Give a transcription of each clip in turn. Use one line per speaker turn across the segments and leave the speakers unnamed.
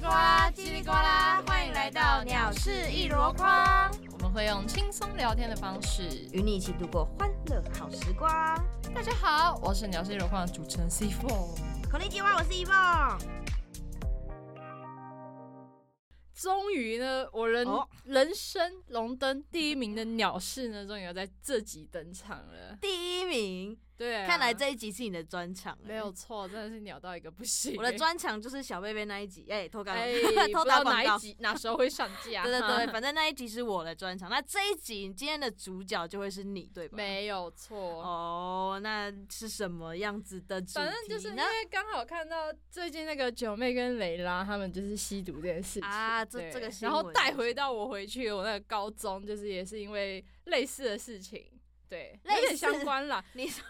叽里呱啦，欢迎来到鸟事一箩筐，
我们会用轻松聊天的方式。
与你一起度过欢乐好时光。
大家好，我是鸟事有框的主持人 C Four。
口令计划，我是一梦。
终于呢，我人、
哦
人生荣登第一名的鸟事呢，终于要在这集登场了。
第一名，
对啊、
看来这一集是你的专场、哎
没有错，真的是鸟到一个不行。
我的专场就是小贝贝那一集，哎、偷干、
哎，不
偷
知
打
道
广
哪一
告。
集哪时候会上架？
对对对，反正那一集是我的专场，那这一集今天的主角就会是你，对吧？
没有错。
哦，那是什么样子的主题呢？
反正就是因为刚好看到最近那个九妹跟蕾拉他们就是吸毒这件事情
啊这
对
这个新
然
闻
后带回到我回去我那个高中，就是也是因为类似的事情，对，有
类
点
似
相关 啦，
你说，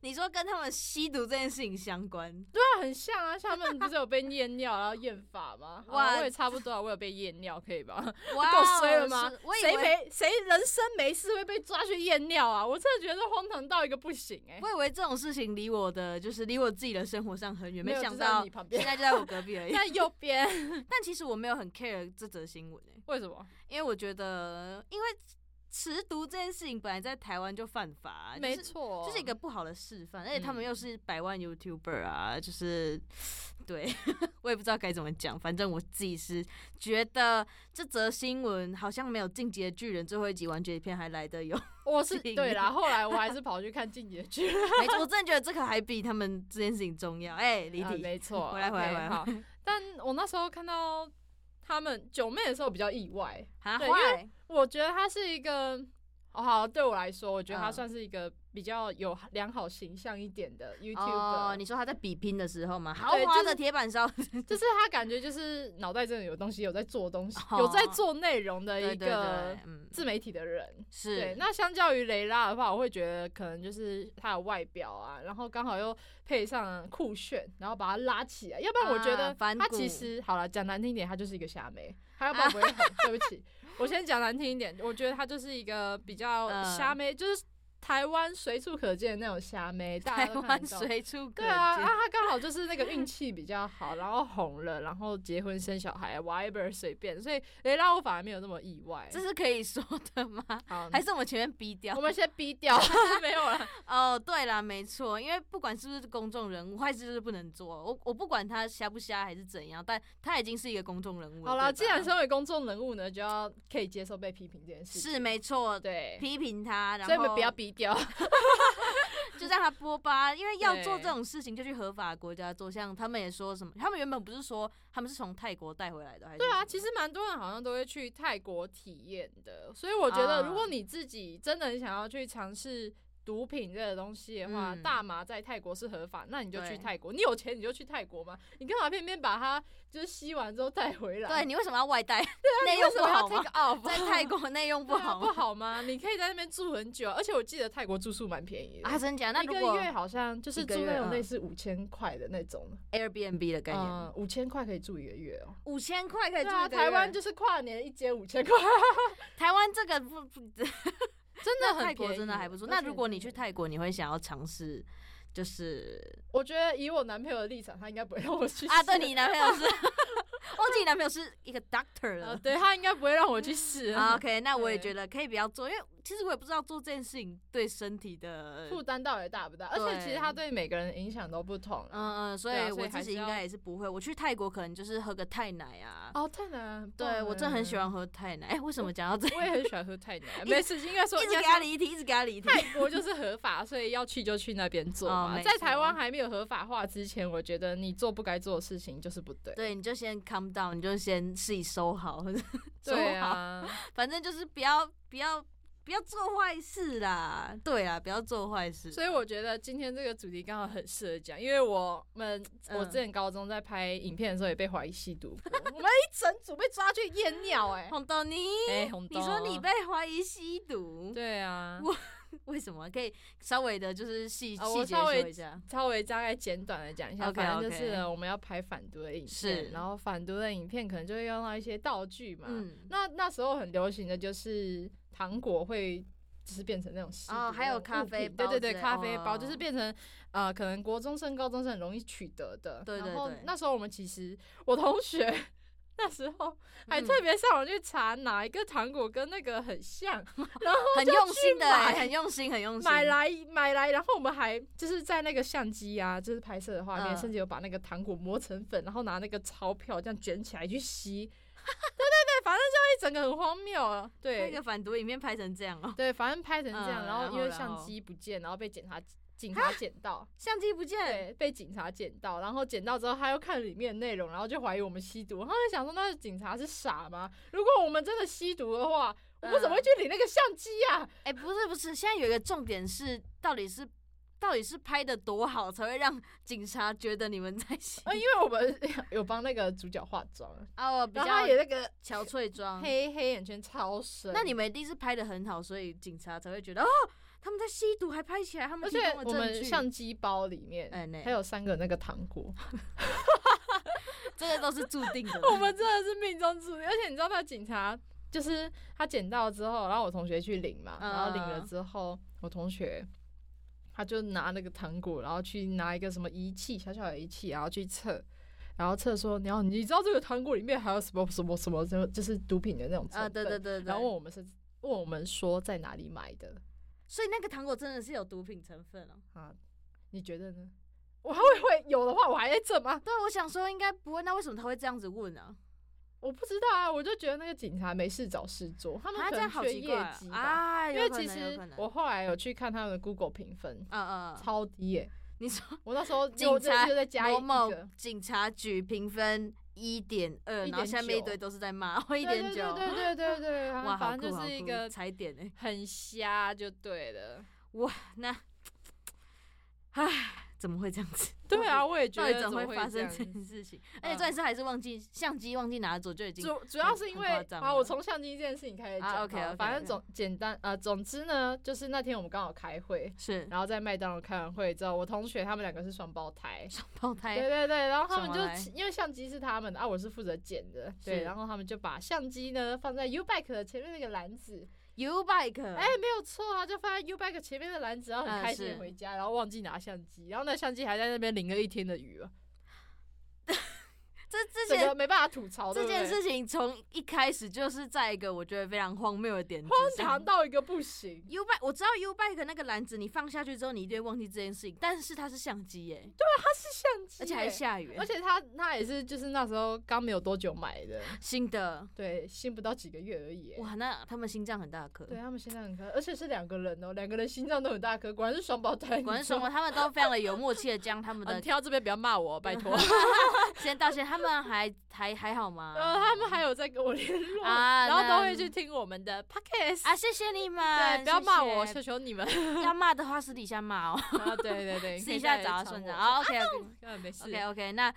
你说跟他们吸毒这件事情相 关，
对啊，很像啊，像他们不是有被验尿然后验法吗？
哇
哇，我也差不多啊，我有被验尿，可以吧？
哇
够
哦
衰了吗
是我以
谁
为
没谁人生没事会被抓去验尿啊？我真的觉得荒唐到一个不行哎、
我以为这种事情离我的就是离我自己的生活上很远，
没有
想
就在
到
你旁边
现在就在我隔壁而 已。
在右边，
但其实我没有很 care 这则新闻、欸、
为什么？
因为我觉得，因为持毒这件事情本来在台湾就犯法啊、
没
就是
错，
就是一个不好的示范，而且他们
嗯
又是百万 YouTuber 啊，就是对 我也不知道该怎么讲，反正我自己是觉得这则新闻好像没有《进击的巨人》最后一集完结篇还来得有，
我是
情
对啦，后来我还是跑去看《进击的巨人》
没错我真的觉得这个还比他们这件事情重要。哎、离
啊，
题、
没错，
回来回来
OK，
回来
好，但我那时候看到他们九妹的时候比较意外，
啊，
对
坏
我觉得她是一个，哦，好，对我来说，我觉得她
嗯
算是一个比较有良好形象一点的 YouTuber，、
哦，你说他在比拼的时候吗？豪
对
华
就是
的铁板烧，
就是她感觉就是脑袋真的有东西，有在做东西，
哦
有在做内容的
对
一
对对
个，
嗯，
自媒体的人。对，
是
那相较于雷拉的话，我会觉得可能就是她的外表啊，然后刚好又配上酷炫，然后把她拉起来。要不然我觉
啊
得
反
她
骨啊
其实好了，讲难听一点，她就是一个虾妹。她要不然不会 很，对不起，我先讲难听一点，我觉得她就是一个比较
嗯
虾妹，就是台湾随处可见的那种虾妹，大家
台
都看
湾
得到
随处可
对啊，啊，
见。
她刚好就是那个运气比较好，然后红了，然后结婚生小孩，whatever 随便，所以雷拉我反而没有那么意外。
这是可以说的吗？
好，
还是我们前面逼掉
嗯我？们先逼掉， 没有了。
哦，对啦，没错，因为不管是不是公众人物，坏事就是不能做。我我不管他瞎不瞎还是怎样，但他已经是一个公众人物了。
好啦，
对吧
既然身为公众人物呢，就要可以接受被批评这件事情。
是没错，
对，
批评他，然
所
后
以我们不要逼掉。
就让他 播吧，因为要
对
做这种事情就去合法国家做。像他们也说什么，他们原本不是说他们是从泰国带回来的，还是
对
什
啊，
么
其实蛮多人好像都会去泰国体验的，所以我觉
啊
得如果你自己真的很想要去尝试。毒品这个东西的话，
嗯
大麻在泰国是合法，那你就
对
去泰国。你有钱你就去泰国嘛，你干嘛偏偏把它就是吸完之后带回来？
对，你为什么要外带？内
啊你为
用
什
不
么
好
要
吗
take？off？
在泰国内用不
对啊
好
不
吗？
好吗？你可以在那边住很久啊，而且我记得泰国住宿蛮便宜的
啊，真假？那
一
如
个
果
月好像就是
一个
住那
月
种
嗯
类似五千块的那种，
Airbnb 的概念，
嗯，五千块可以住一个月哦。
五千块可以
对
住
啊，
一个
台湾
月
就是跨年一间五千块，
台湾这个不 不，
真的很
泰国
便宜
真的还不错。
而
那
且
如果你去
真的
泰国，你会想要尝试，就是
我觉得以我男朋友的立场，他应该不会让我去
啊，
试
对你男朋 友是，忘记你男朋友是一个 doctor
呃，
了。
对他应该不会让我去试
啊 OK，那我也
对
觉得可以不要做，因为其实我也不知道做这件事情对身体 的，嗯
负担到底大不大？而
对
且其实他对每个人的影响都不同啊。
嗯嗯，所
对啊
以
所以
我
还
自
是
己应
要
该也是不会。我去泰国可能就是喝个泰奶啊，
哦，太难，很棒
对我真的很喜
哎。
欢喝泰奶。哎，为什么讲到 这？
我也很喜欢喝太奶，没事，应该说
一
应
直
该
给
说
他离题，一直给他离题。
泰国就是合法，所以要去就去那边做
哦
嘛。
没
在
错
台湾还没有合法化之前，我觉得你做不该做的事情就是不对。
对，你就先 calm down，你就先自己收好， 收
对
好。
啊，
反正就是不要不要不要做坏事啦，对啦，不要做坏事。
所以我觉得今天这个主题刚好很适合讲，因为我们呃
嗯
我之前高中在拍影片的时候也被怀疑吸毒过， 我们一整组被抓去验尿、哎
红豆泥，
哎，红豆
你说你被怀疑吸毒，
对啊
我。为什么？可以稍微的就是细
啊
细
我
节
稍
说
微
一下。
稍微大概简短的讲一下
OK，
反正就是
OK
呢我们要拍反毒的影
是
片，然后反毒的影片可能就会用到一些道具嘛，
嗯，
那那时候很流行的就是糖果会。就是变成那种吸毒的
哦还有
那种
咖
物品
啡包
对对
之类
对，咖啡包、
哦
就是变成呃，可能国中生、高中生很容易取得的。
对对
然后
对
那时候我们其实，我同学 那那时候
嗯
还特别上网去查哪一个糖果跟那个很像，然后
很用心的、
买
欸，很用心，很用心。
买来买来，然后我们还就是在那个相机啊，就是拍摄的画面，
嗯
甚至有把那个糖果磨成粉，然后拿那个钞票这样卷起来去 吸。对对对，反正就一整个很荒谬啊。
那
对
个反毒影片拍成这样哦、
对，反正拍成这样，
嗯
然
然
后
后
因为
然
相
后
机不见，然后被警 察警察捡到，
相机不见，
对，被警察捡到，然后捡到之后，他又看里面的内容，然后就怀疑我们吸毒。他们想说，那警察是傻吗？如果我们真的吸毒的话，我们怎
嗯
么会去理那个相机啊？
哎、不是不是，现在有一个重点是，到底是到底是拍的多好，才会让 警察觉得你们在洗
呃，因为我们 有帮那个主角化妆，
哦，比
然后他
较
也那个
憔悴妆。
黑黑眼圈超深。
那你们一定是拍的很好，所以警察才会觉得哦，他们在吸毒还拍起来，他们
而
提
且
供
我
了
们
证据。
相机包里面
哎那
还有三个那个糖果，
这个都是注定的。
我们真的是命中注定。而且你知道那警察就是他捡到之后，然后我同学去领嘛，
嗯
然后领了之后，我同学他就拿那个糖果，然后去拿一个什么仪器，小小的仪器，然后去测。然后测说，然后你知道这个糖果里面还有什么什么什么什么，就是毒品的那种成
啊，
分。
对对对对
然后问。我们是问我们说在哪里买的
所以那个糖果真的是有毒品成分哦。
啊？你觉得呢？我还会会有的话，我还在整吗？
对，我想说应该不会，那为什么他会这样子问啊呢、
我不知道啊，我就觉得那个警察没事找事做，他
啊？
们
他
可
这样
能
好
缺
奇
业
怪
绩
哦
吧。
啊！
因
有
为
可
其
能有
实
可能
我后来有去看他们的 Google 评分，
嗯嗯，
超低 耶、
你说
我那时 候
警察
就在加一
某某
个，
警察局评分一点二，然后
1.9
下面一堆都是在骂， 我一
对
点
对
九，
对对对 对，
哇，好
反
酷
正就
好
是一
酷
个
踩点哎、
很瞎就对了。
怎么会这样 子？
对啊，，我也觉
到底
得
怎
怎
么
么
会
会
发
这
生
样子
这
嗯
件事情？而且重点是还是忘记相机忘记拿走就已经
主主要
很
是因
很
为
夸张
啊，我
了
从相机这件事情开始讲
啊
好了、
，OK，OK，OK
反正总简单呃，总之呢，就是那天我们刚好开会，
是
然后在麦当劳开完会之后，我同学他们两个是双胞胎，
双胞
对
胎，
对对，然后他们
双胞胎
就因为相机是他们的啊，我是负责捡的，对，
是
然后他们就把相机呢放在 U bike 的前面那个篮子，
U bike，
哎、没有错啊，就放在 U bike 前面的篮子，然后很
嗯
开心地
是
回家，然后忘记拿相机，然后那相机还在那边淋了一天的雨了，
这之
这
前
个没办法吐槽，
这
对不对
件事情从一开始就是在一个我觉得非常荒谬的点之
荒
上
唐到一个不行，
U bike，我知道 U bike 那个篮子你放下去之后，你一定会忘记这件事情，但是它是相机耶、
它是相机、
而且还
哎
下雨、
而且他他也是就是那时候刚没有多久买的，
新的，
对，新不到几个月而已。哎
哇，那他们心脏很大颗，
对啊他们心脏很颗，而且是两个人哦，两个人心脏都很大颗，果然是双胞胎。
果然
你知
什
道
么，他们都非常的有默契的将他 们
啊、你
的
听到这边不要骂我哦，拜 托。
先道歉，他们还还还 好吗？
然后呃他们还有在跟我 联络，
啊，
然后
那
都会去听我们的 podcast、
啊，谢谢你们，
对，不要骂 我，
谢
求求你们。
谢要骂的话私底下骂哦，
啊，对 对对，
私
可以
底下
再
找他
传
算
我
账。好，OK OK
啊，没事。
OK OK，那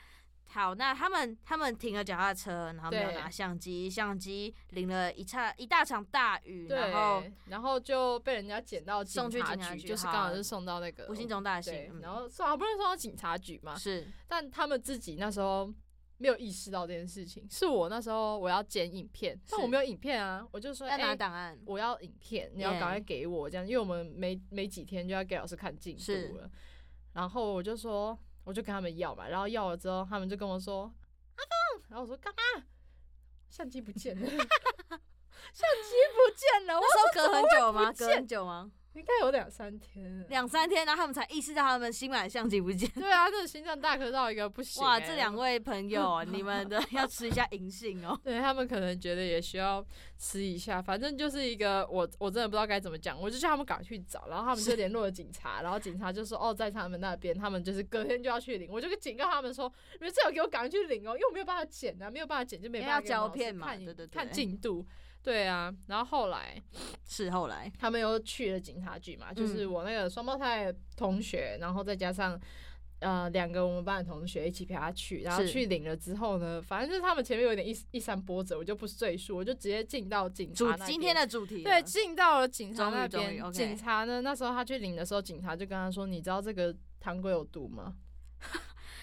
好，那他们他们停了脚踏车，然后没有拿相机，相机淋了一场一大场大雨，
对，
然后
然后就被人家捡到
送去
察
警察局
就是
好
刚好是送到那个
不幸中大
呃对
幸，，嗯
然后送好不容易送到警察局嘛，
是
但他们自己那时候没有意识到这件事情，是我那时候我要剪影片，但
是
我没有影片啊，我就说
要拿
哎
档案，
我要影片，你要赶快
Yeah
给我这样，因为我们没没几天就要给老师看进
是
度了。然后我就说，我就跟他们要嘛，然后要了之后，他们就跟我说阿峰，然后我说干嘛？相机不见 了，相机不见了，我
那时候隔很久吗？
不见
隔很久吗？
应该有两三天了。
两三天，然后他们才意识到他们新买的相机不见。
对啊，这心脏大颗到一个不行、欸
哇，这两位朋 友，你们的要吃一下银杏哦。
对他们可能觉得也需要吃一下，反正就是一个我我真的不知道该怎么讲，我就叫他们赶快去找，然后他们就联络了警察，然后警察就说哦，在他们那边，他们就是隔天就要去领，我就警告他们说，你们最好给我赶快去领哦，因为我没有办法剪啊，没有办法剪就没办法
因为要
给我们
胶片
老师
嘛
看你
对对对
看进度，对啊，然后后来
是后来，
他们又去了警察局嘛，
嗯
就是我那个双胞胎的同学，然后再加上。呃，两个我们班的同学一起陪他去，然后
是
去领了之后呢，反正就是他们前面有点一一山波折，我就不赘述，我就直接进到警察
主
那边
今天的主题了
对，进到了警察那
终于
边。
终于，OK
警察呢，那时候他去领的时候，警察就跟他说：“你知道这个糖果有毒吗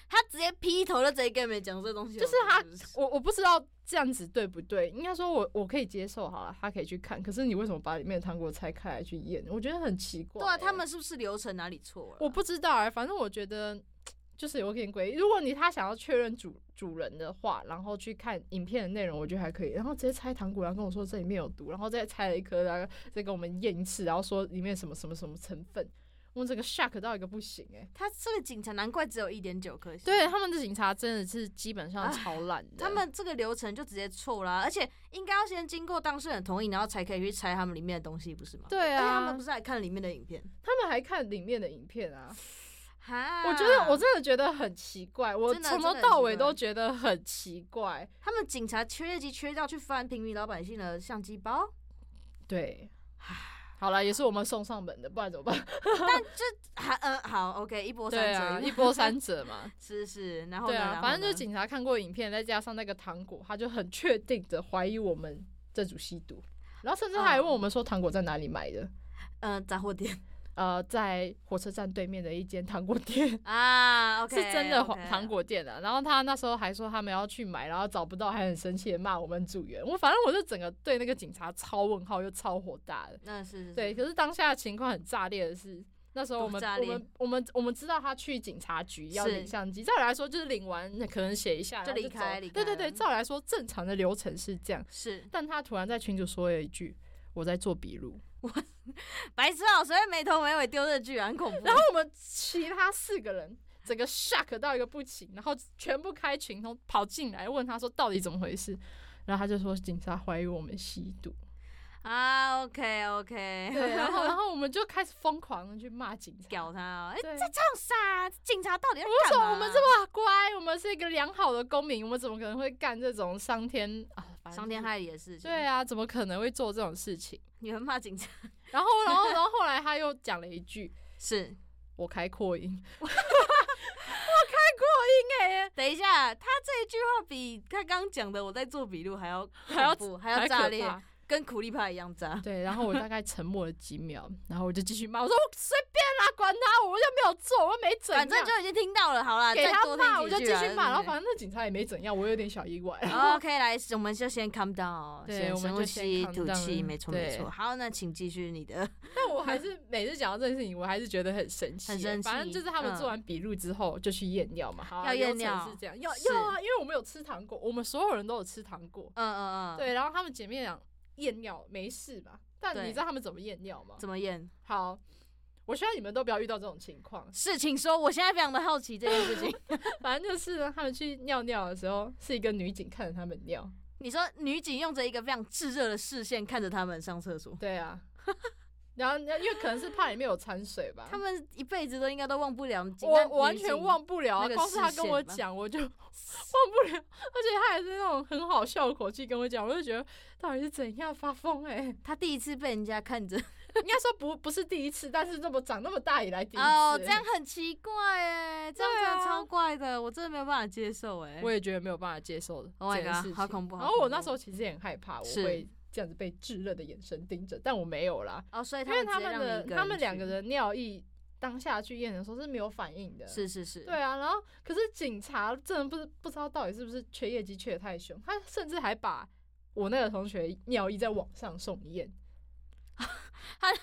他直接劈头就直接跟你们讲这东西有
就
毒，
是他
不是？”
我我不知道这样子对不对，应该说我我可以接受好了，他可以去看，可是你为什么把里面的糖果拆开来去验？我觉得很奇怪、
对啊，
欸
他们是不是流程哪里错了？啊
我不知道哎、反正我觉得就是有点诡异。如果你他想要确认主主人的话，然后去看影片的内容，我觉得还可以。然后直接拆糖果，然后跟我说这里面有毒，然后再拆了一颗，然后再给我们验一次，然后说里面什么什么什么成分。我这个 shock 到一个不行哎、
他这个警察难怪只有一点九颗星。
对他们的警察真的是基本上超烂的，
他们这个流程就直接错啊啦，而且应该要先经过当事人同意，然后才可以去拆他们里面的东西，不是吗？
对
而且他
啊，
们不是还看里面的影片？
他们还看里面的影片啊，
哈，
我觉得我真的觉得很奇怪，我
真的
从头
真的很
到
奇
尾都
怪
觉得很奇怪。
他们警察缺业绩缺到去翻平民老百姓的相机包，
对，好了，也是我们送上门的，不然怎么办？
还嗯好 OK 一波
对
三
啊，
折，
一波三折嘛。
是是，然后呢
对啊，
然后
反正
呢
就警察看过影片，再加上那个糖果，他就很确定的怀疑我们这组吸毒，然后甚至他
哦
还问我们说糖果在哪里买的。
嗯杂货店
呃，在火车站对面的一间糖果店
啊 OK
是真的
OK
糖果店啊。然后他那时候还说他们要去买，然后找不到，还很生气的骂我们组员。我反正我就整个对那个警察超问号又超火大的。
那是是是
对，可是当下的情况很炸裂的是，那时候
嗯多
我们
炸
我
裂
们我们我们知道他去警察局要
是
领相机，照理来说就是领完那可能写一下
就
然后
离
走
开离
对对
开
对，
了
照理来说正常的流程是这样，
是
但他突然在群主说了一句：“我在做笔录。”
白痴哦，谁会没头没尾丢这句啊，很恐怖。
然后我们其他四个人整个 shock 到一个不行，然后全部开群通跑进来问他说到底怎么回事，然后他就说警察怀疑我们吸 毒，
啊 OK OK，
对，然后然后我们就开始疯狂的去骂警察，
屌他哦，哎
对，
干啥？警察到底要
为什
干
么
嘛？啊
我们这么乖？我们是一个良好的公民，我们怎么可能会干这种伤天啊反正
伤天害理的事情？
对啊，怎么可能会做这种事情？
你们骂警察
然后，然后，然后后来他又讲了一句
是？：“
我开扩音。
等一下，他这一句话比他刚讲的我在做笔录还要还
要
还
还
要
可
炸裂，
怕
跟苦力怕一样炸”。
对，然后我大概沉默了几秒，然后我就继续骂，我说：“我随便啦，管他，我又没有做，我又没怎样。”
反正就已经听到了，好啦，
给
再
他
多听
骂，我
几
就继
句啊
续骂。然后反正
对
那警察也没怎样，我有点小意 外。
不对 OK，来，我们就先 calm down，
对
先
我们
深
就
呼
先
吸
calm
吐
down
气，没错没
对
错。好，那请继续你 的。
但我还是每次讲到这件事情，我还是觉得很神奇。欸
很生气
反正就是他们
嗯
做完笔录之后就去验尿嘛，好啊
要验
流程
尿
是这样，要
是
要啊，因为我们有吃糖果，我们所有人都有吃糖果。
嗯嗯嗯，，
对，然后他们姐妹俩验尿没事吧？但
对
你知道他们怎么验尿吗？
怎么验？。
好，我希望你们都不要遇到这种情况
是，请说。我现在非常的好奇这件事情。
反正就是呢，他们去尿尿的时候，是一个女警看着他们尿。
你说女警用着一个非常炙热的视线看着他们上厕所，
对 啊，然后因为可能是怕里面有掺水吧
他。们一辈子都应该都忘不了警
我
探
我完
女
全
警
忘不了啊，
那个
光是他
视
跟我
线吧
讲，我就 忘 不了，而且他还是那种很好笑的口气跟我讲，我就觉得到底是怎样发疯 哎、
他第一次被人家看着，
应该说不不是第一次，但是这么长那么大以来第一次、
哦，这样很奇怪哎，这样
对啊
真的超怪的，我真的没有办法接受哎
我。也觉得没有办法接受的
Oh my
这件
god，
事情
好恐怖好
然后我
恐
那
怖
时候其实也很害怕，我
是
会这样子被炙热的眼神盯着，但我没有啦，
哦，所以
因为他
直接
们
让你
的
一人
他们两
去
个人尿液当下去验的时候是没有反应的，
是是是，
对啊。然后可是警察真的不是不知道到底是不是缺业绩缺的太凶，他甚至还把我那个同学尿液在网上送验，
他的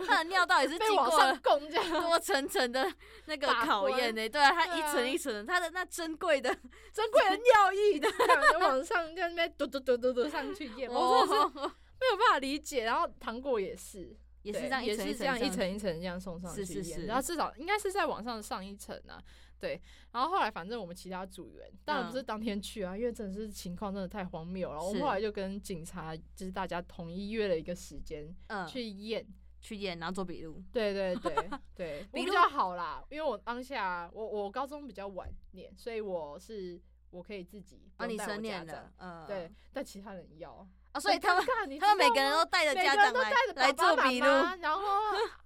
他的尿到底是
被
经
网
过
上
了
供这 样，
多层层的那个
把
考
关
验呢？对啊，他
对
一
啊
层一层的，他的那珍贵的，
珍贵的尿液的这样，在网上在那边嘟嘟嘟嘟嘟上去验，我真的是
哦
没有办法理解。然后糖果也是，
也是
对
这样一
也
层
是这
层
样一
上去，
层一层这样送上去
是是
验
是
然后至少应该是在网上上一层啊，对。然后后来反正我们其他组员当然不是当天去啊，因为真的是情况真的太荒谬了。然后我们
嗯是
后来就跟警察就是大家统一约了一个时间
嗯，去
去验，
去验，然后做笔录，
对对 对对，我
比
比
如
较好啦，因为我当下我我高中比较晚念，所以我是我可以自己不
哦，
用
你
带我
成
家
年
长。
了，嗯，
对，，但其他人要，啊
哦，所以
很
他们
尴尬你
他们
知道
每个人
吗
都带着
每
家
个人
长
都
来
带着
来
爸爸
做笔录，
妈妈 然后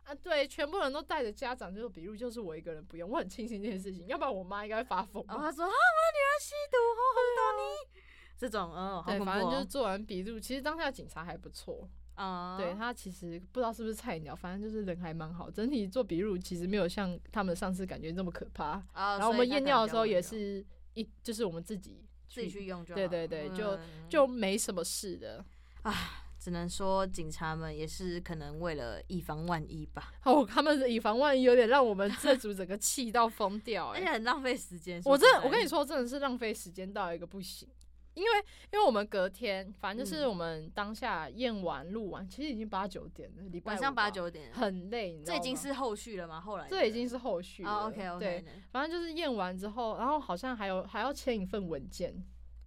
啊，对，全部人都带着家长，就是笔录就是我一个人不用，我很庆幸这件事情，要不然我妈应该会发疯吧。
然后他说啊，我的女儿吸毒，好红豆泥，这种，嗯，好
对，
恐
反正
怖
就是
哦，
做完笔录，其实当下警察还不错，
啊，
对他其实不知道是不是菜鸟，反正就是人还蛮好，整体做笔录其实没有像他们上次感觉那么可怕。
啊，
然后我们
所以他
验
可能
尿
比
的
较
时候
温
也
柔
是一，就是我们自己
自己去用就好
对
了，
对对就
嗯
就没什么事的，
只能说警察们也是可能为了以防万一吧，
哦，他们以防万一，有点让我们 这组整个气到疯掉、
而
欸。
且很浪费时间。
我
说实
真
在
的，我跟你说，真的是浪费时间到一个不行。因为因为我们隔天，反正就是
嗯
我们当下验完录完，其实已经八九点了，礼拜
晚
五
上
吧
八，九点，
很累，你知
这
道
已经
吗
是后续了吗？后来
这已经是后续了。
哦，OK
对
OK，，
反正就是验完之后，然后好像还有还要签一份文件，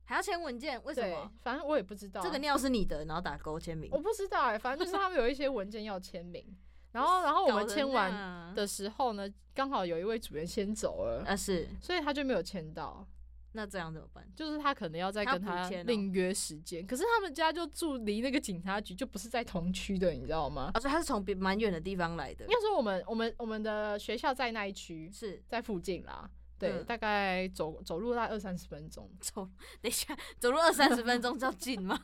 还要签文件，为什
对
么？，
反正我也不知道啊
这个尿是你的，然后打勾签名
我。不知道哎、反正就是他们有一些文件要签 名，然后然后我们签完
完，
的时候呢，刚好有一位组员先走了，
啊是，
所以他就没有签到，
那这样怎么办？
就是他可能要再
他
跟
补
他
签哦
另约时间。可是他们家就住离那个警察局就不是在同区的，你知道吗？
啊，所以他是从别蛮远的地方来的
应，该说我们我们我们的学校在那一区，
是
在附近啦。对，
嗯
大概走走路大概二三十分钟，
走，等一下走路二三十分钟叫近吗？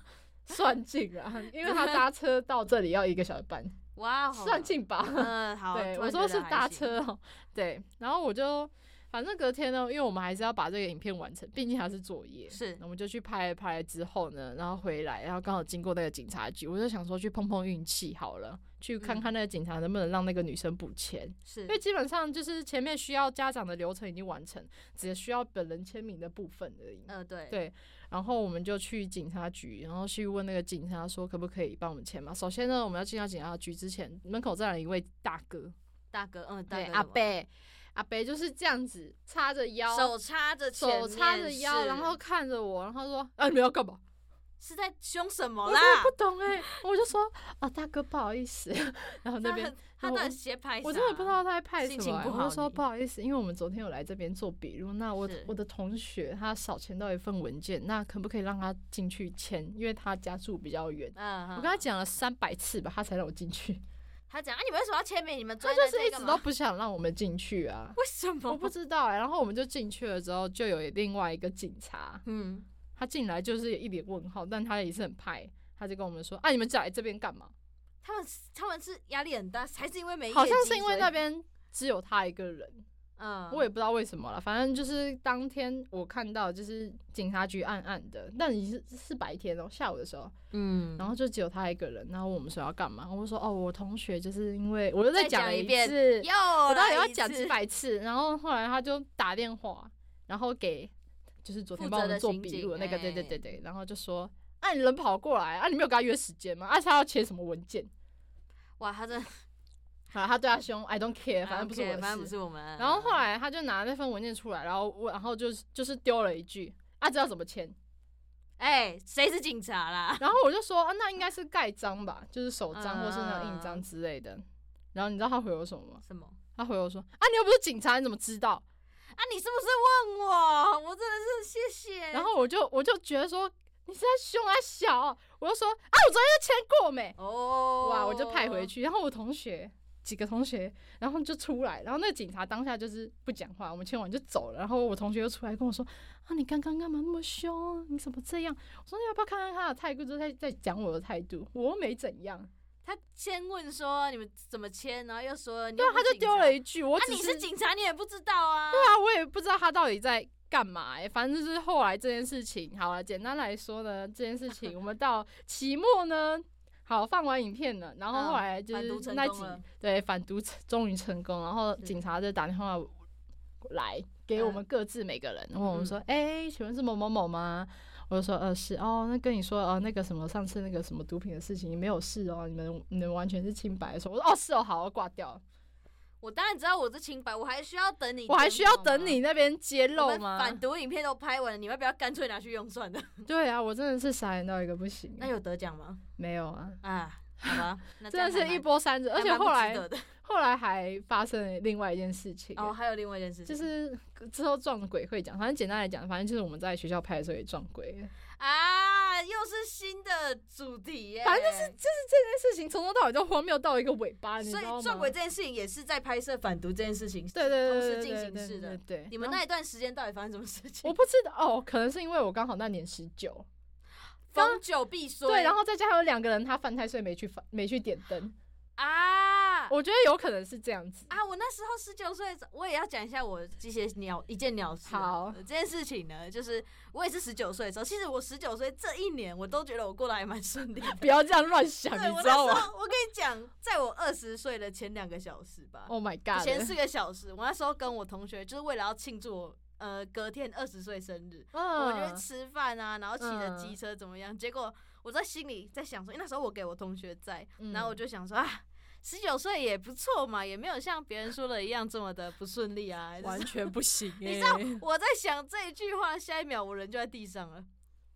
算近啦，因为他搭车到这里要一个小时半，
哇，好
算。近吧。
嗯，好，
对，
哦突
我
然
说
觉得
是
还
搭
行，
车哦、对，然后我就反正隔天呢，因为我们还是要把这个影片完成，毕竟还是作业，
是
那我们就去拍了拍了之后呢，然后回来，然后刚好经过那个警察局，我就想说去碰碰运气好了，去看
嗯
看那个警察能不能让那个女生补钱，
是
因为基本上就是前面需要家长的流程已经完成，只需要本人签名的部分而已。
呃，对，
对，然后我们就去警察局，然后去问那个警察说可不可以帮我们签嘛。首先呢，我们要进到警察局之前，门口站了一位大哥，
大哥，嗯，大
对，
哥
阿
怎么
伯，阿伯就是这样子叉着腰，
手插着前
手叉
面
着腰，
是
然后看着我，然后说：“啊，你们要干嘛
是在凶什？”么
我
啦
真？的不懂 哎、我就说：“啊，大哥，不好意思。” 然后那
他
边
很他
我
的斜拍，
我真的不知道他在拍什
心
么
情
欸、
不
我
好
就说
你
不好意思，因为我们昨天有来这边做笔录，那我
是
我的同学他少签到一份文件，那可不可以让他进去签？因为他家住比较远。
嗯，
我
我
跟他，讲了三百次吧，他才让我进 去。
他讲啊，你们为什么要签名？你们
他
他
就是一直都不想让我们进去啊，
为什么？
我不知道哎、然后我们就进去了之后，就有另外一个警察，
嗯，
他进来就是一脸问号，但他也是很派，他就跟我们说：“啊，你们来这边干嘛
他们他们是压力很大，还是因为没？”
好
业
像
绩
是因为
所以
那边只有他一个人，
嗯，
我也不知道为什么了，反正就是当天我看到就是警察局暗暗的，但你是是白天哦、下午的时候，
嗯，
然后就只有他一个人，然后我们说要干嘛，我就说哦，我同学就是因为我又
再
讲
讲
了
一
一
遍
次，
又我
我到底要讲几百次，然后后来他就打电话，然后给就是昨天
负
帮我
责
们
的
做
刑
笔
警
录的那个，对对
哎
对对，然后就说。啊，你人跑过来啊？你没有跟他约时间吗？啊，他要签什么文件？
哇，他真的
啊，他对他凶，I don't care，反正不是我
啊 OK，
的
反
事
正不。是我们。嗯
然后后来他就拿那份文件出来，然后我然后就是就是丢了一句啊，知道怎么签？
哎，谁是警察啦？
然后我就说啊，那应该是盖章吧，就是手章
嗯
或是那种印章之类的。然后你知道他回我什么吗？
什么？
他回我说啊，你又不是警察，你怎么知道？
啊，你是不是问我？我真的是谢谢。
然后我就我就觉得说你是在凶啊小啊，我就说啊，我昨天就签过没？
哦，
哇，我就派回。去。然后我同学几个同学，然后就出来，然后那个警察当下就是不讲话，我们签完就走了。然后我同学又出来跟我说：“啊，你刚刚干嘛那么凶？你怎么这样？”我说：“你要不要看看他的态度？”就在在讲我的态度，我又没怎样。
他先问说你们怎么签，然后又说你
对啊，他就丢了
一，
一句：“我
啊，
只
你
是
是警察，你也不知道啊。对
对啊，我也不知道他到底在干嘛、欸。反正就是后来这件事情，好了，简单来说呢，这件事情我们到期末呢，好放完影片了，然后
嗯
后来就
反毒
是
成
那
功
几、
了
对反毒成终于成功，然后警察就打电话来给
嗯
我们各自每个人，问我们说，哎、请问是某某某吗？我就说，呃，是哦，那跟你说，呃，那个什么，上次那个什么毒品的事情，你没有事哦，你们你们完全是清白的。说，我说，哦，是哦，好，我挂掉了。
我当然知道我是清白，我还需要等你，
我还需要等你。那边揭
我
露
们
吗？
反毒影片都拍完了，你要不要干脆拿去用算了？
对啊，我真的是傻眼到一个不行。
那有得奖吗？
没有啊？
啊，好吧，那
真
这
的
样还
是
蛮
一波三折，而
还
且
蛮不
后
值
来
得的
后来还发生了另外一件事情，欸
哦，还有另外一件事情，
就是之后撞鬼会讲，反正简单来讲，反正就是我们在学校拍的时候也撞鬼了，
啊，又是新的主题耶，
反正就是这件事情从头到尾都荒谬到一个尾巴，你知
所
道吗？
以撞鬼这件事情也是在拍摄反毒这件事情
对对
同
对
时
对
进
对
行
对
式的
对对，
你们
然后
那一段时间到底发生什么事情？
我不知道哦，可能是因为我刚好那年十九，
逢酒必衰，
对，然后再加上有两个人他犯太岁没去犯没去点灯，
啊，
我觉得有可能是这样子。
啊，我那时候十九岁，我也要讲一下我这些鸟一件鸟事啊。
好
呃这件事情呢，就是我也是十九岁的时候，其实我十九岁这一年，我都觉得我过得还蛮顺利的。
不要这样乱想，
对，
你
我
知
那
道
时
吗
候，我跟你讲，在我二十岁的前两个小时吧，
？Oh my god！
前四个小时，我那时候跟我同学就是为了要庆祝我呃隔天二十岁生日，我就会
嗯，
吃饭啊，然后骑着
嗯
机车怎么样？结果我在心里在想说，因为那时候我给我同学在，
嗯
然后我就想说啊，十九岁也不错嘛，也没有像别人说的一样这么的不顺利啊。
完
就是
全不行哎、
你知道我在想这一句话，下一秒我人就在地上了，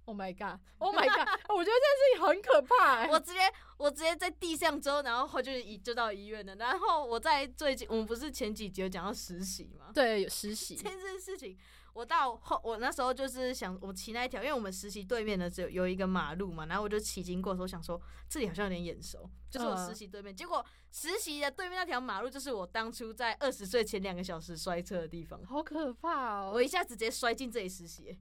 ？Oh
o h my god！Oh Oh my god！我觉得这件事情很可怕、欸。
我直接我直接在地上之后，然后后就是一就到医院了。然后我在最近，我们不是前几集有讲到实习吗？
对有实习
这，件事情，我到后，我那时候就是想，我骑那一条，因为我们实习对面的只有有一个马路嘛，然后我就骑经过的时候想说，这里好像有点眼熟，就是我
嗯
实习对面。结果实习的对面那条马路，就是我当初在二十岁前两个小时摔车的地方，
好可怕哦
我一下子直接摔进这里实习，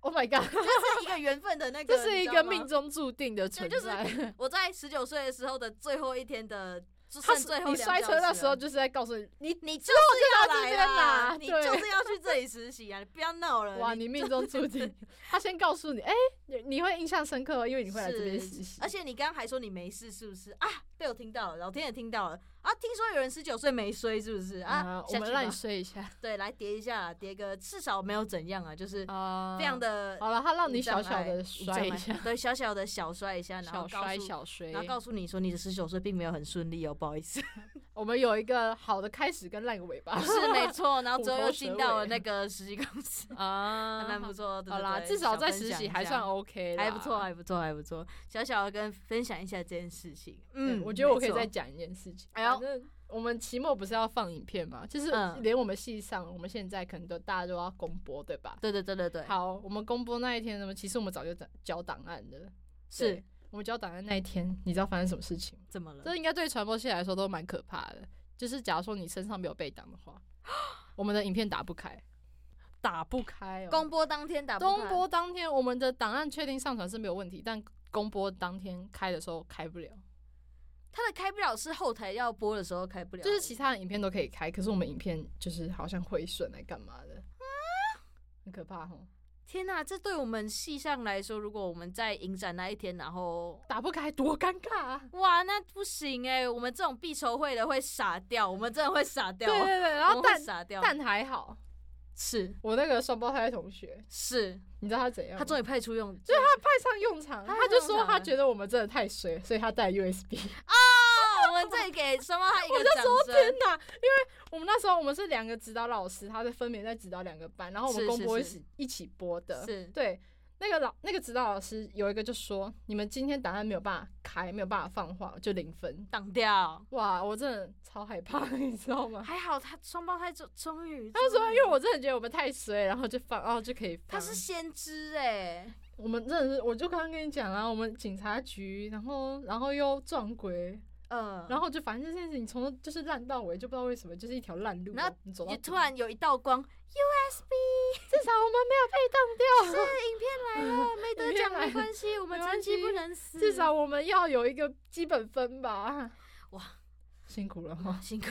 ！Oh my god！
这是一个缘分的那个，
这是一
你知道
个
吗
命。中注定的存
对就是
在。
我在十九岁的时候的最后一天的， 就
他
剩最后
你
两
摔
小
车那
时
时候
了
就是在告诉你， 你
你就是
就
要
要
来
这边
啦，
啦
你
对
就是要去这里实习啊！你不要闹了，
哇，你命中注 定。他先告诉你，哎、你你会印象深刻哦，因为你会来这边
是
实习。
而且你刚刚还说你没事，是不是啊？被我听到了，老天也听到了啊！听说有人十九岁没衰，是不是啊？
我
下
们
去
让你
吧
睡一 下
对，来叠一下，叠个至少没有怎样啊，就是
啊，
非常的
好了，他让
无
你小
障
小
碍
的
无
摔
障
一
碍
下，
对，小小的小摔一下，然后
小
告
摔
诉，
小摔
然。后告诉你说你的十九岁并没有很顺利哦，不好意思，
我们有一个好的开始跟烂个尾 巴
是没错。然
啊
后
虎
之后
头
又
蛇
进到了
尾
那个实习公司， 还
啊
蛮不错的。
好
对
啦，
对
至少
小
在
分
实
享
习
一
还
下
算 OK，啦
还不错，。还啊不错，还不错。小小的跟分享一下这件事情，
嗯
嗯，，
我觉得
没
我可以
错
再讲一件事情。
哎呦
反正我们期末不是要放影片嘛，就是
嗯
连我们系上，我们现在可能都大家都要公播，对吧？
对对对对对，
好，我们公播那一天呢，其实我们早就交交档案了。
是嗯
对我们交档案那一天，你知道发生什么事情吗？
怎么了？
这应该对传播系来说都蛮可怕的。就是假如说你身上没有被挡的话， 我们的影片打不开，打不开哦。
公播当天打不开
公播当天，我们的档案确定上传是没有问题，但公播当天开的时候开不了，
它的开不了是后台要播的时候开不了，
就是其他的影片都可以开，可是我们影片就是好像毁损来干嘛的，很可怕哦。
天哪、这对我们系上来说，如果我们在影展那一天，然后
打不开多尴尬啊！
哇，那不行哎、我们这种必筹会的会傻掉，我们真的会傻
对
掉，
对对，然
我
后
们会
但
傻掉，
但还好，
是
我那个双胞胎同学，
是，
你知道他怎样吗？
他终于派出用，
对他派上用场，
他
他
派上
就
用
说
场
他
了
觉得我们真的太衰，所以他带 USB。
哦，我们这里给双胞胎一个掌声，
真的啊，因为我们那时候我们是两个指导老师，他在分别在指导两个班，然后我
是
们公
是
播一
是
起一起播的。
是
对，那个老那个指导老师有一个就说，你们今天档案没有办法开，没有办法放话，就零分。
挡掉，
哇，我真的超害怕，你知道吗？
还好他双胞胎终终于，
他就说，
终于
因为我真的觉得我们太衰，然后就放，哦就可以放。
他是先知哎、
我们真的是，我就刚刚跟你讲啦，我们警察局，然后然后又撞鬼，
嗯、
然后就反正这件事情从头就是烂到尾，就不知道为什么就是一条烂路啊。
然后
你走到
就
底
突然有一道光，
至少我们没有 被冻
是
掉，
啊影片来了，没得奖没关系，我们成绩不能死。
至少我 们要有一个基本分吧。
哇，
辛苦了哈。
辛苦。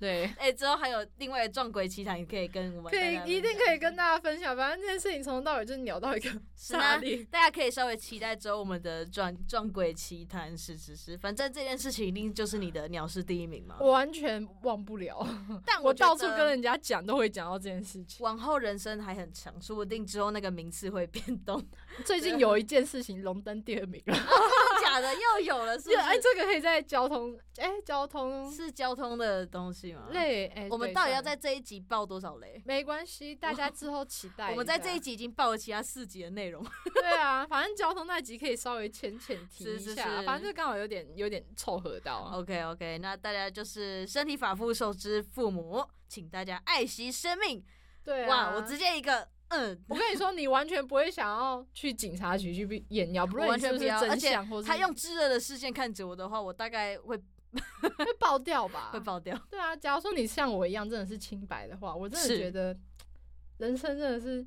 对，
哎、之后还有另外的撞鬼奇谈，也可以跟我们
可以
大家
一定可以跟大家分享。反正这件事情从头到尾就是鸟到一个
是
炸
啊，
裂。
大家可以稍微期待之后我们的撞撞鬼奇谈，是是是，反正这件事情一定就是你的鸟是第一名嘛。
我完全忘不 了，
但
我
觉得
到处跟人家讲都会讲到这件事 情。
往后人生还很长，说不定之后那个名次会变动。
最近有一件事情荣登第二名了，
真的 假的又有了，是不
这哎，
是？
这个可以在交通哎交通
是交通的东西吗？
类哎，
我们
对
到底要
算了
在这一集爆多少雷？
没关系，大家之后期待一下。
我们在这一集已经爆了其他四集的内 容。
对啊，反正交通那集可以稍微浅 浅提
是
一
是
下啊，
是哦
反正就刚好有点有点凑合到啊。
OK OK，那大家就是身体发肤受之父母，请大家爱惜生命。
对啊，
哇，我直接一个嗯，
我跟你说，你完全不会想要去警察局去被验尿，不论
完
你
全
是
不
是
要而
真
且
相或是
他用炙热的视线看着我的话，我大概会
会爆掉吧？
会。爆掉。
对啊，假如说你像我一样真的是清白的话，我真的
是
觉得人生真的是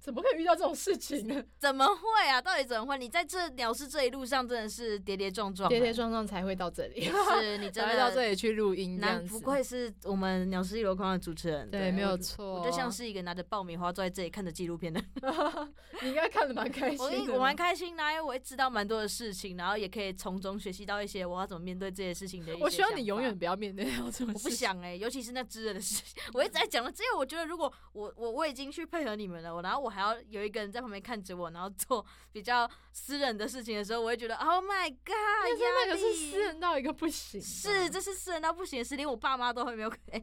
怎么会遇到这种事情呢？
怎么会啊？到底怎么会？你在这鸟事这一路上真的是跌跌撞 撞啊，
跌跌撞撞才会到这里，
是 你真
才
的
会到这里去录音这
难
样
不
子。
愧是我们鸟事一箩筐的主持人，
对，没
我
有
就
错，
我就像是一个拿着爆米花坐在这里看着纪录片的人，
你应该看得蛮开
我
心的吧，
我蛮开心的啊、因为我会知道蛮多的事情，然后也可以从中学习到一些我要怎么面对这些事情的一些
我希望
想
你永
法
远不要面对到这种
我不
事情
想哎、 尤其是那知人的事情，我一直在讲了。只有我觉得，如果我我我已经去配合你们了，我然后我还要有一个人在旁边看着我，然后做比较私人的事情的时候，我会觉得 Oh my God，
但是那个
压
是
力
私人到一个不行啊的，
是这是私人到不行的事，连我爸妈都会没有。哎、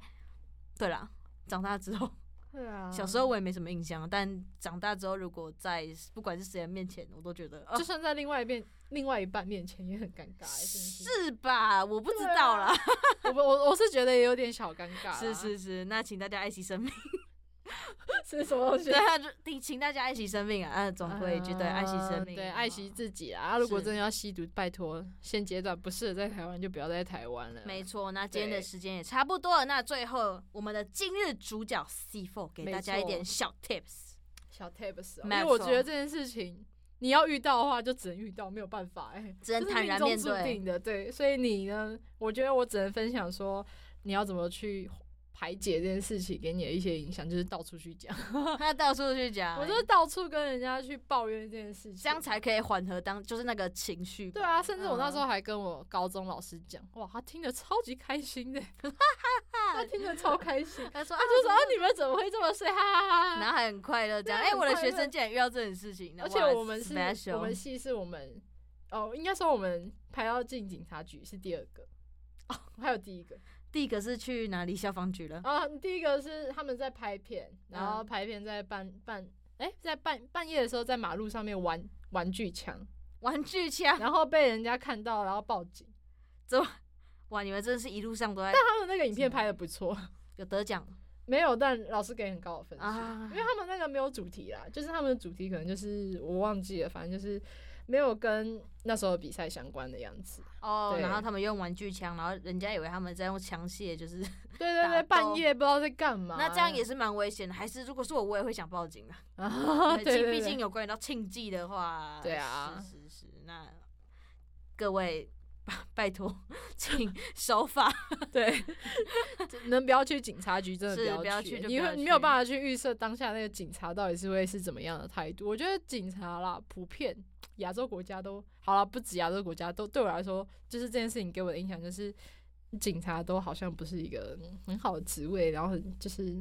对啦，长大之后，
对啊，
小时候我也没什么印象，但长大之后，如果在不管是谁的面前，我都觉得哦
就算在另外一边、另外一半面前也很尴尬、欸，真的
是吧？我不知
啊
道啦，
是。我我我是觉得也有点小尴尬、 啊
是，是是，那请大家爱惜生命。
是什么东西
对？啊，就请请大家爱惜生命啊！啊，总会觉得爱惜生
呃
命，
对，爱惜自己啊！如果
是
真的要吸毒，拜托，现阶段不适合在台湾就不要在台湾了。
没错，那今天
对
的时间也差不多了。那最后，我们的今日主角 C Four 给大家
没错
一点小 tips。
小 tips，、哦、因
没
为
错
我觉得这件事情你要遇到的话，就只能遇到，没有办法哎、
只能
这是
坦
命
然
中
面
注
对
定的，对。所以你呢，我觉得我只能分享说，你要怎么去排解这件事情给你的一些影响，就是到处去讲，
那到处去讲，
我就是到处跟人家去抱怨这件事情，
这样才可以缓和当就是那个情绪。
对啊，甚至我那时
嗯
候还跟我高中老师讲，哇，他听得超级开心 的，他听得超开心，
啊他说啊
他，就说啊，你们怎么会这么睡？哈哈哈哈。
然后还很快乐这样。
对啊
哎，
很
我的
快
学
乐
生竟然遇到这种事情，那
而且
哇
我们是，
special
我们系是我们，哦，应该说我们排到进警察局是第二个，哦， 还有第一个
第一个是去哪里消防局了？
啊，第一个是他们在拍片，然后
嗯
拍片在半半，哎、在半半夜的时候在马路上面玩玩具枪，
玩具枪
然后被人家看到，然后报警。
哇！你们真的是一路上都在
他们那个影片拍的不错，
有得奖
没有，但老师给很高的分数。
啊
因为！他们那个没有主题啦，就是他们的主题可能就是我忘记了，反正就是没有跟那时候的比赛相关的样子。
哦，
对
然后他们用玩具枪，然后人家以为他们在用枪械，就是
对对
打
对，
斗
半夜不知道在干嘛。
那这样也是蛮危险的。还是如果是我，我也会想报 警啊。
啊，对
对，
对
毕
对
竟有关于到庆忌的 话，
对啊
是是是。那各位拜拜托，请守法。
对，能不要去警察局，真的
是
不
不要去
去，
就
你
不要
会你没有
去
办法去预测当下那个警察到底是会是怎么样的态度。我觉得警察啦，普遍亚洲国家都好了，不止亚洲国家都对我来说，就是这件事情给我的印象就是，警察都好像不是一个嗯很好的职位，然后很就是，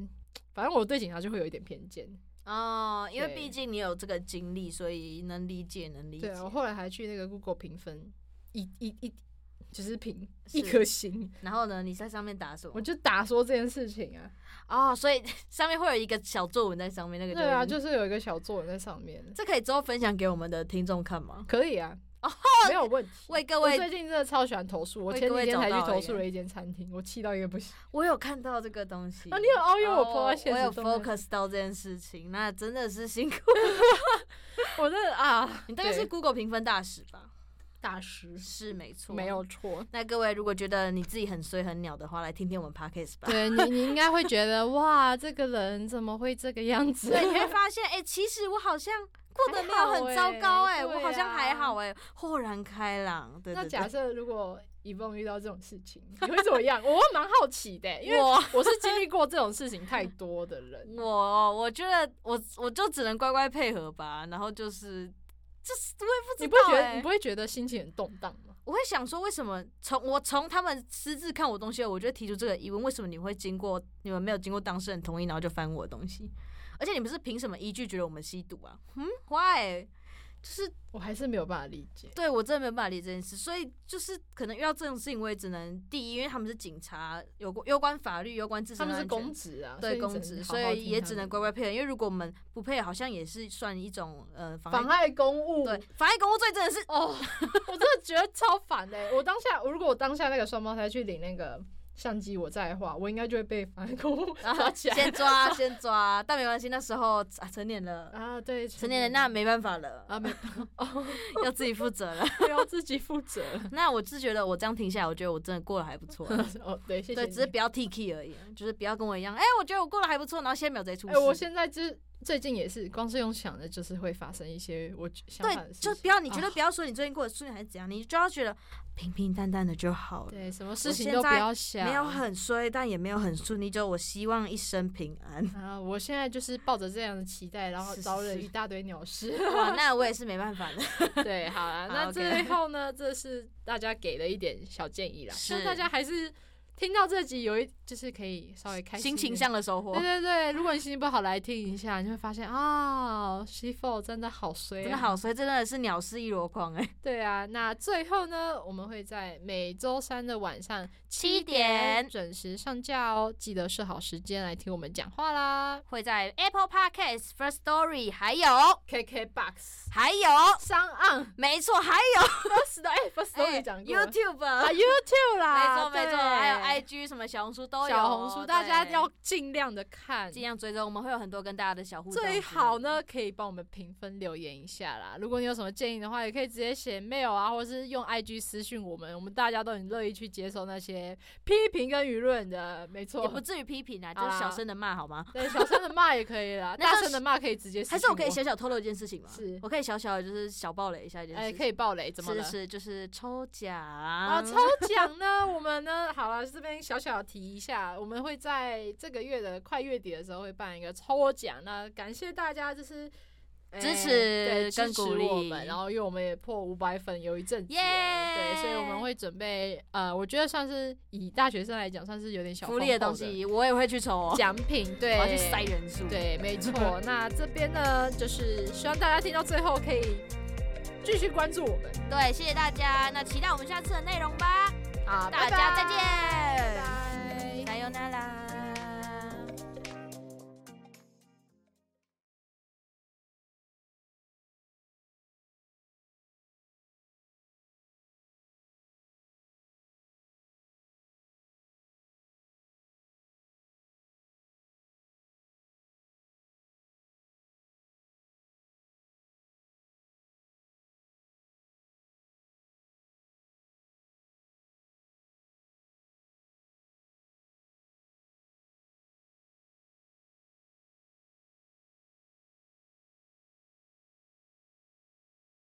反正我对警察就会有一点偏见。
哦，因为
对
毕竟你有这个经历，所以能理解，能理解
对，。啊我后来还去那个 Google 评分，一一一。就是评一
是
颗星，
然后呢，你在上面打什
我
么？
就打说这件事情啊，
哦，所以 上面会有一个小作文在上面，那个
对啊，
是
就是有一个小作文在上面，
这可以之后分享给我们的听众看吗？
可以啊，
哦
没有问题。
为各
我
位，
最近真的超喜欢投诉，我
为
前
各
几
位
天
找
才去
到了
投
一
诉
个
了一间餐厅，我气到一个不行。
我有看到这个东西。
啊，你有哦，因为我 po
哦
在现
我
实
有
动态
focus 到这件事情，那真的是辛苦。
我真的 啊，
你大概是
对
Google 评分大使吧？
大师
是没 错，
没有错。
那各位如果觉得你自己很衰很鸟的话，来听听我们 podcast 吧。
对你，你应该会觉得哇，这个人怎么会这个样子？
对，你会发现，哎、其实我好像过得没有很糟糕、
还
哎、
好欸
我
对
好像还好、
啊
哎，豁然开朗。对
那
对
假
对，
设如果一梦遇到这种事情，你会怎么样？我 会蛮好奇的，因为
我
我是经历过这种事情太多的 人。
我我觉得我我就只能乖乖配合吧，然后就是。就是我也不
你
知
不
道、
会觉
哎，
得你不会觉得心情很动荡吗？
我会想说，为什么从我从他们私自看我东西，我就提出这个疑问：为什么你会经过你们没有经过当事人同意，然后就翻我的东西？ 而且你们是凭什么依据觉得我们吸毒啊？嗯，why？就是
我还是没有办法理解。
对我真的没有办法理解这件事，所以就是可能遇到这种事情，我也只能第一，因为他们是警察，有过有关法律、有关自
他
身
们是
安全
公职啊，
对公
职，
职，所以也只能乖乖配合。因为如果我们不配合，好像也是算一种呃妨
妨
碍。
碍公务。
对，妨碍公务罪真的 是
哦，我真的觉得超烦的欸。我当下，如果我当下那个双胞胎去领那个相机，我在的话，我应该就会被妨碍公务
然
抓
后
起来。
啊先抓先抓，但没关系，那时候啊成年了，
啊，对，
成年人那没办法了，
啊，没
要自己负责了。
不要自己负责。
那我是觉得我这样停下来，我觉得我真的过得还不错。 啊
哦，对，谢谢
对，
你。
啊只是不要 T K 而已，就是不要跟我一样。哎、我觉得我过得还不错，然后下一秒直接出
哎、
事。
我现在就是最近也是，光是用想的，就是会发生一些我想法
对
的，事
就
情。
不要你绝对
啊
不要说你最近过得顺利还是怎样，你就要觉得平平淡淡的就好了。
对，什么
我
事情
现
都不
在
要想。
没有很衰，但也没有很顺利，就我希望一生平安。
啊！我现在就是抱着这样的期待，然后
是
招惹
是
一大堆鸟事。
哇，那我也是没办法的。
对，好啦，
好
那
OK
最后呢，这是大家给了一点小建议啦，希望
是
大家还是听到这集有一就是可以稍微开心
心
一
情
点。
上的收获
对，对对，如果你心情不好，来听一下，你会发现啊，西凤真的好衰、啊，
真的好衰，真的是鸟事一箩筐哎。
对啊，那最后呢，我们会在每周三的晚上
7
点
点
准时上架哦，记得设好时间来听我们讲话啦。
会在 Apple Podcast、First Story，还有
KKBox
还有，
上岸
没错，还有
First 哎 First 都有
哎
讲过了、
YouTube，
啊 YouTube 啦，
没错没
对
错，还有 IG 什么小红书哦都有，
小红书，大家
对嗯
要尽量的看。
尽量追踪，我们会有很多跟大家的小互动。
最好呢，，可以帮我们评分留言一下啦。如果你有什么建议的话，也可以直接写 mail 啊，或者是用 IG 私讯我们，我们大家都很乐意去接受那些批评跟舆论的。没错，
也不至于批评啊，就是小声的骂好吗？
对，小声的骂也可以啦，
那
大
就
声的骂可以直接私
还是
讯
我可以小小透露一件事情吗？
是
我可以小小的就是小爆雷一下一件事
哎，
情。
可以爆雷，怎么
是
了？
是，就是抽奖
啊，
啊
抽奖呢，我们呢，好了，这边小小提一下，我们会在这个月的快月底的时候会办一个抽奖，那感谢大家就是。呃
支持
对
跟
支持
鼓励
我们，然后因为我们也破五百粉有一阵子了
耶
对，所以我们会准备呃，我觉得算是以大学生来讲，算是有点小
福利的
丰
东
厚
西，我也会去抽哦，
奖品，
我
对，
要去塞人数。，
对，没错。那这边呢，就是希望大家听到最后可以继续关注我们。
对，谢谢大家，那期待我们下次的内容吧，
好，
大
拜
家
拜
再见。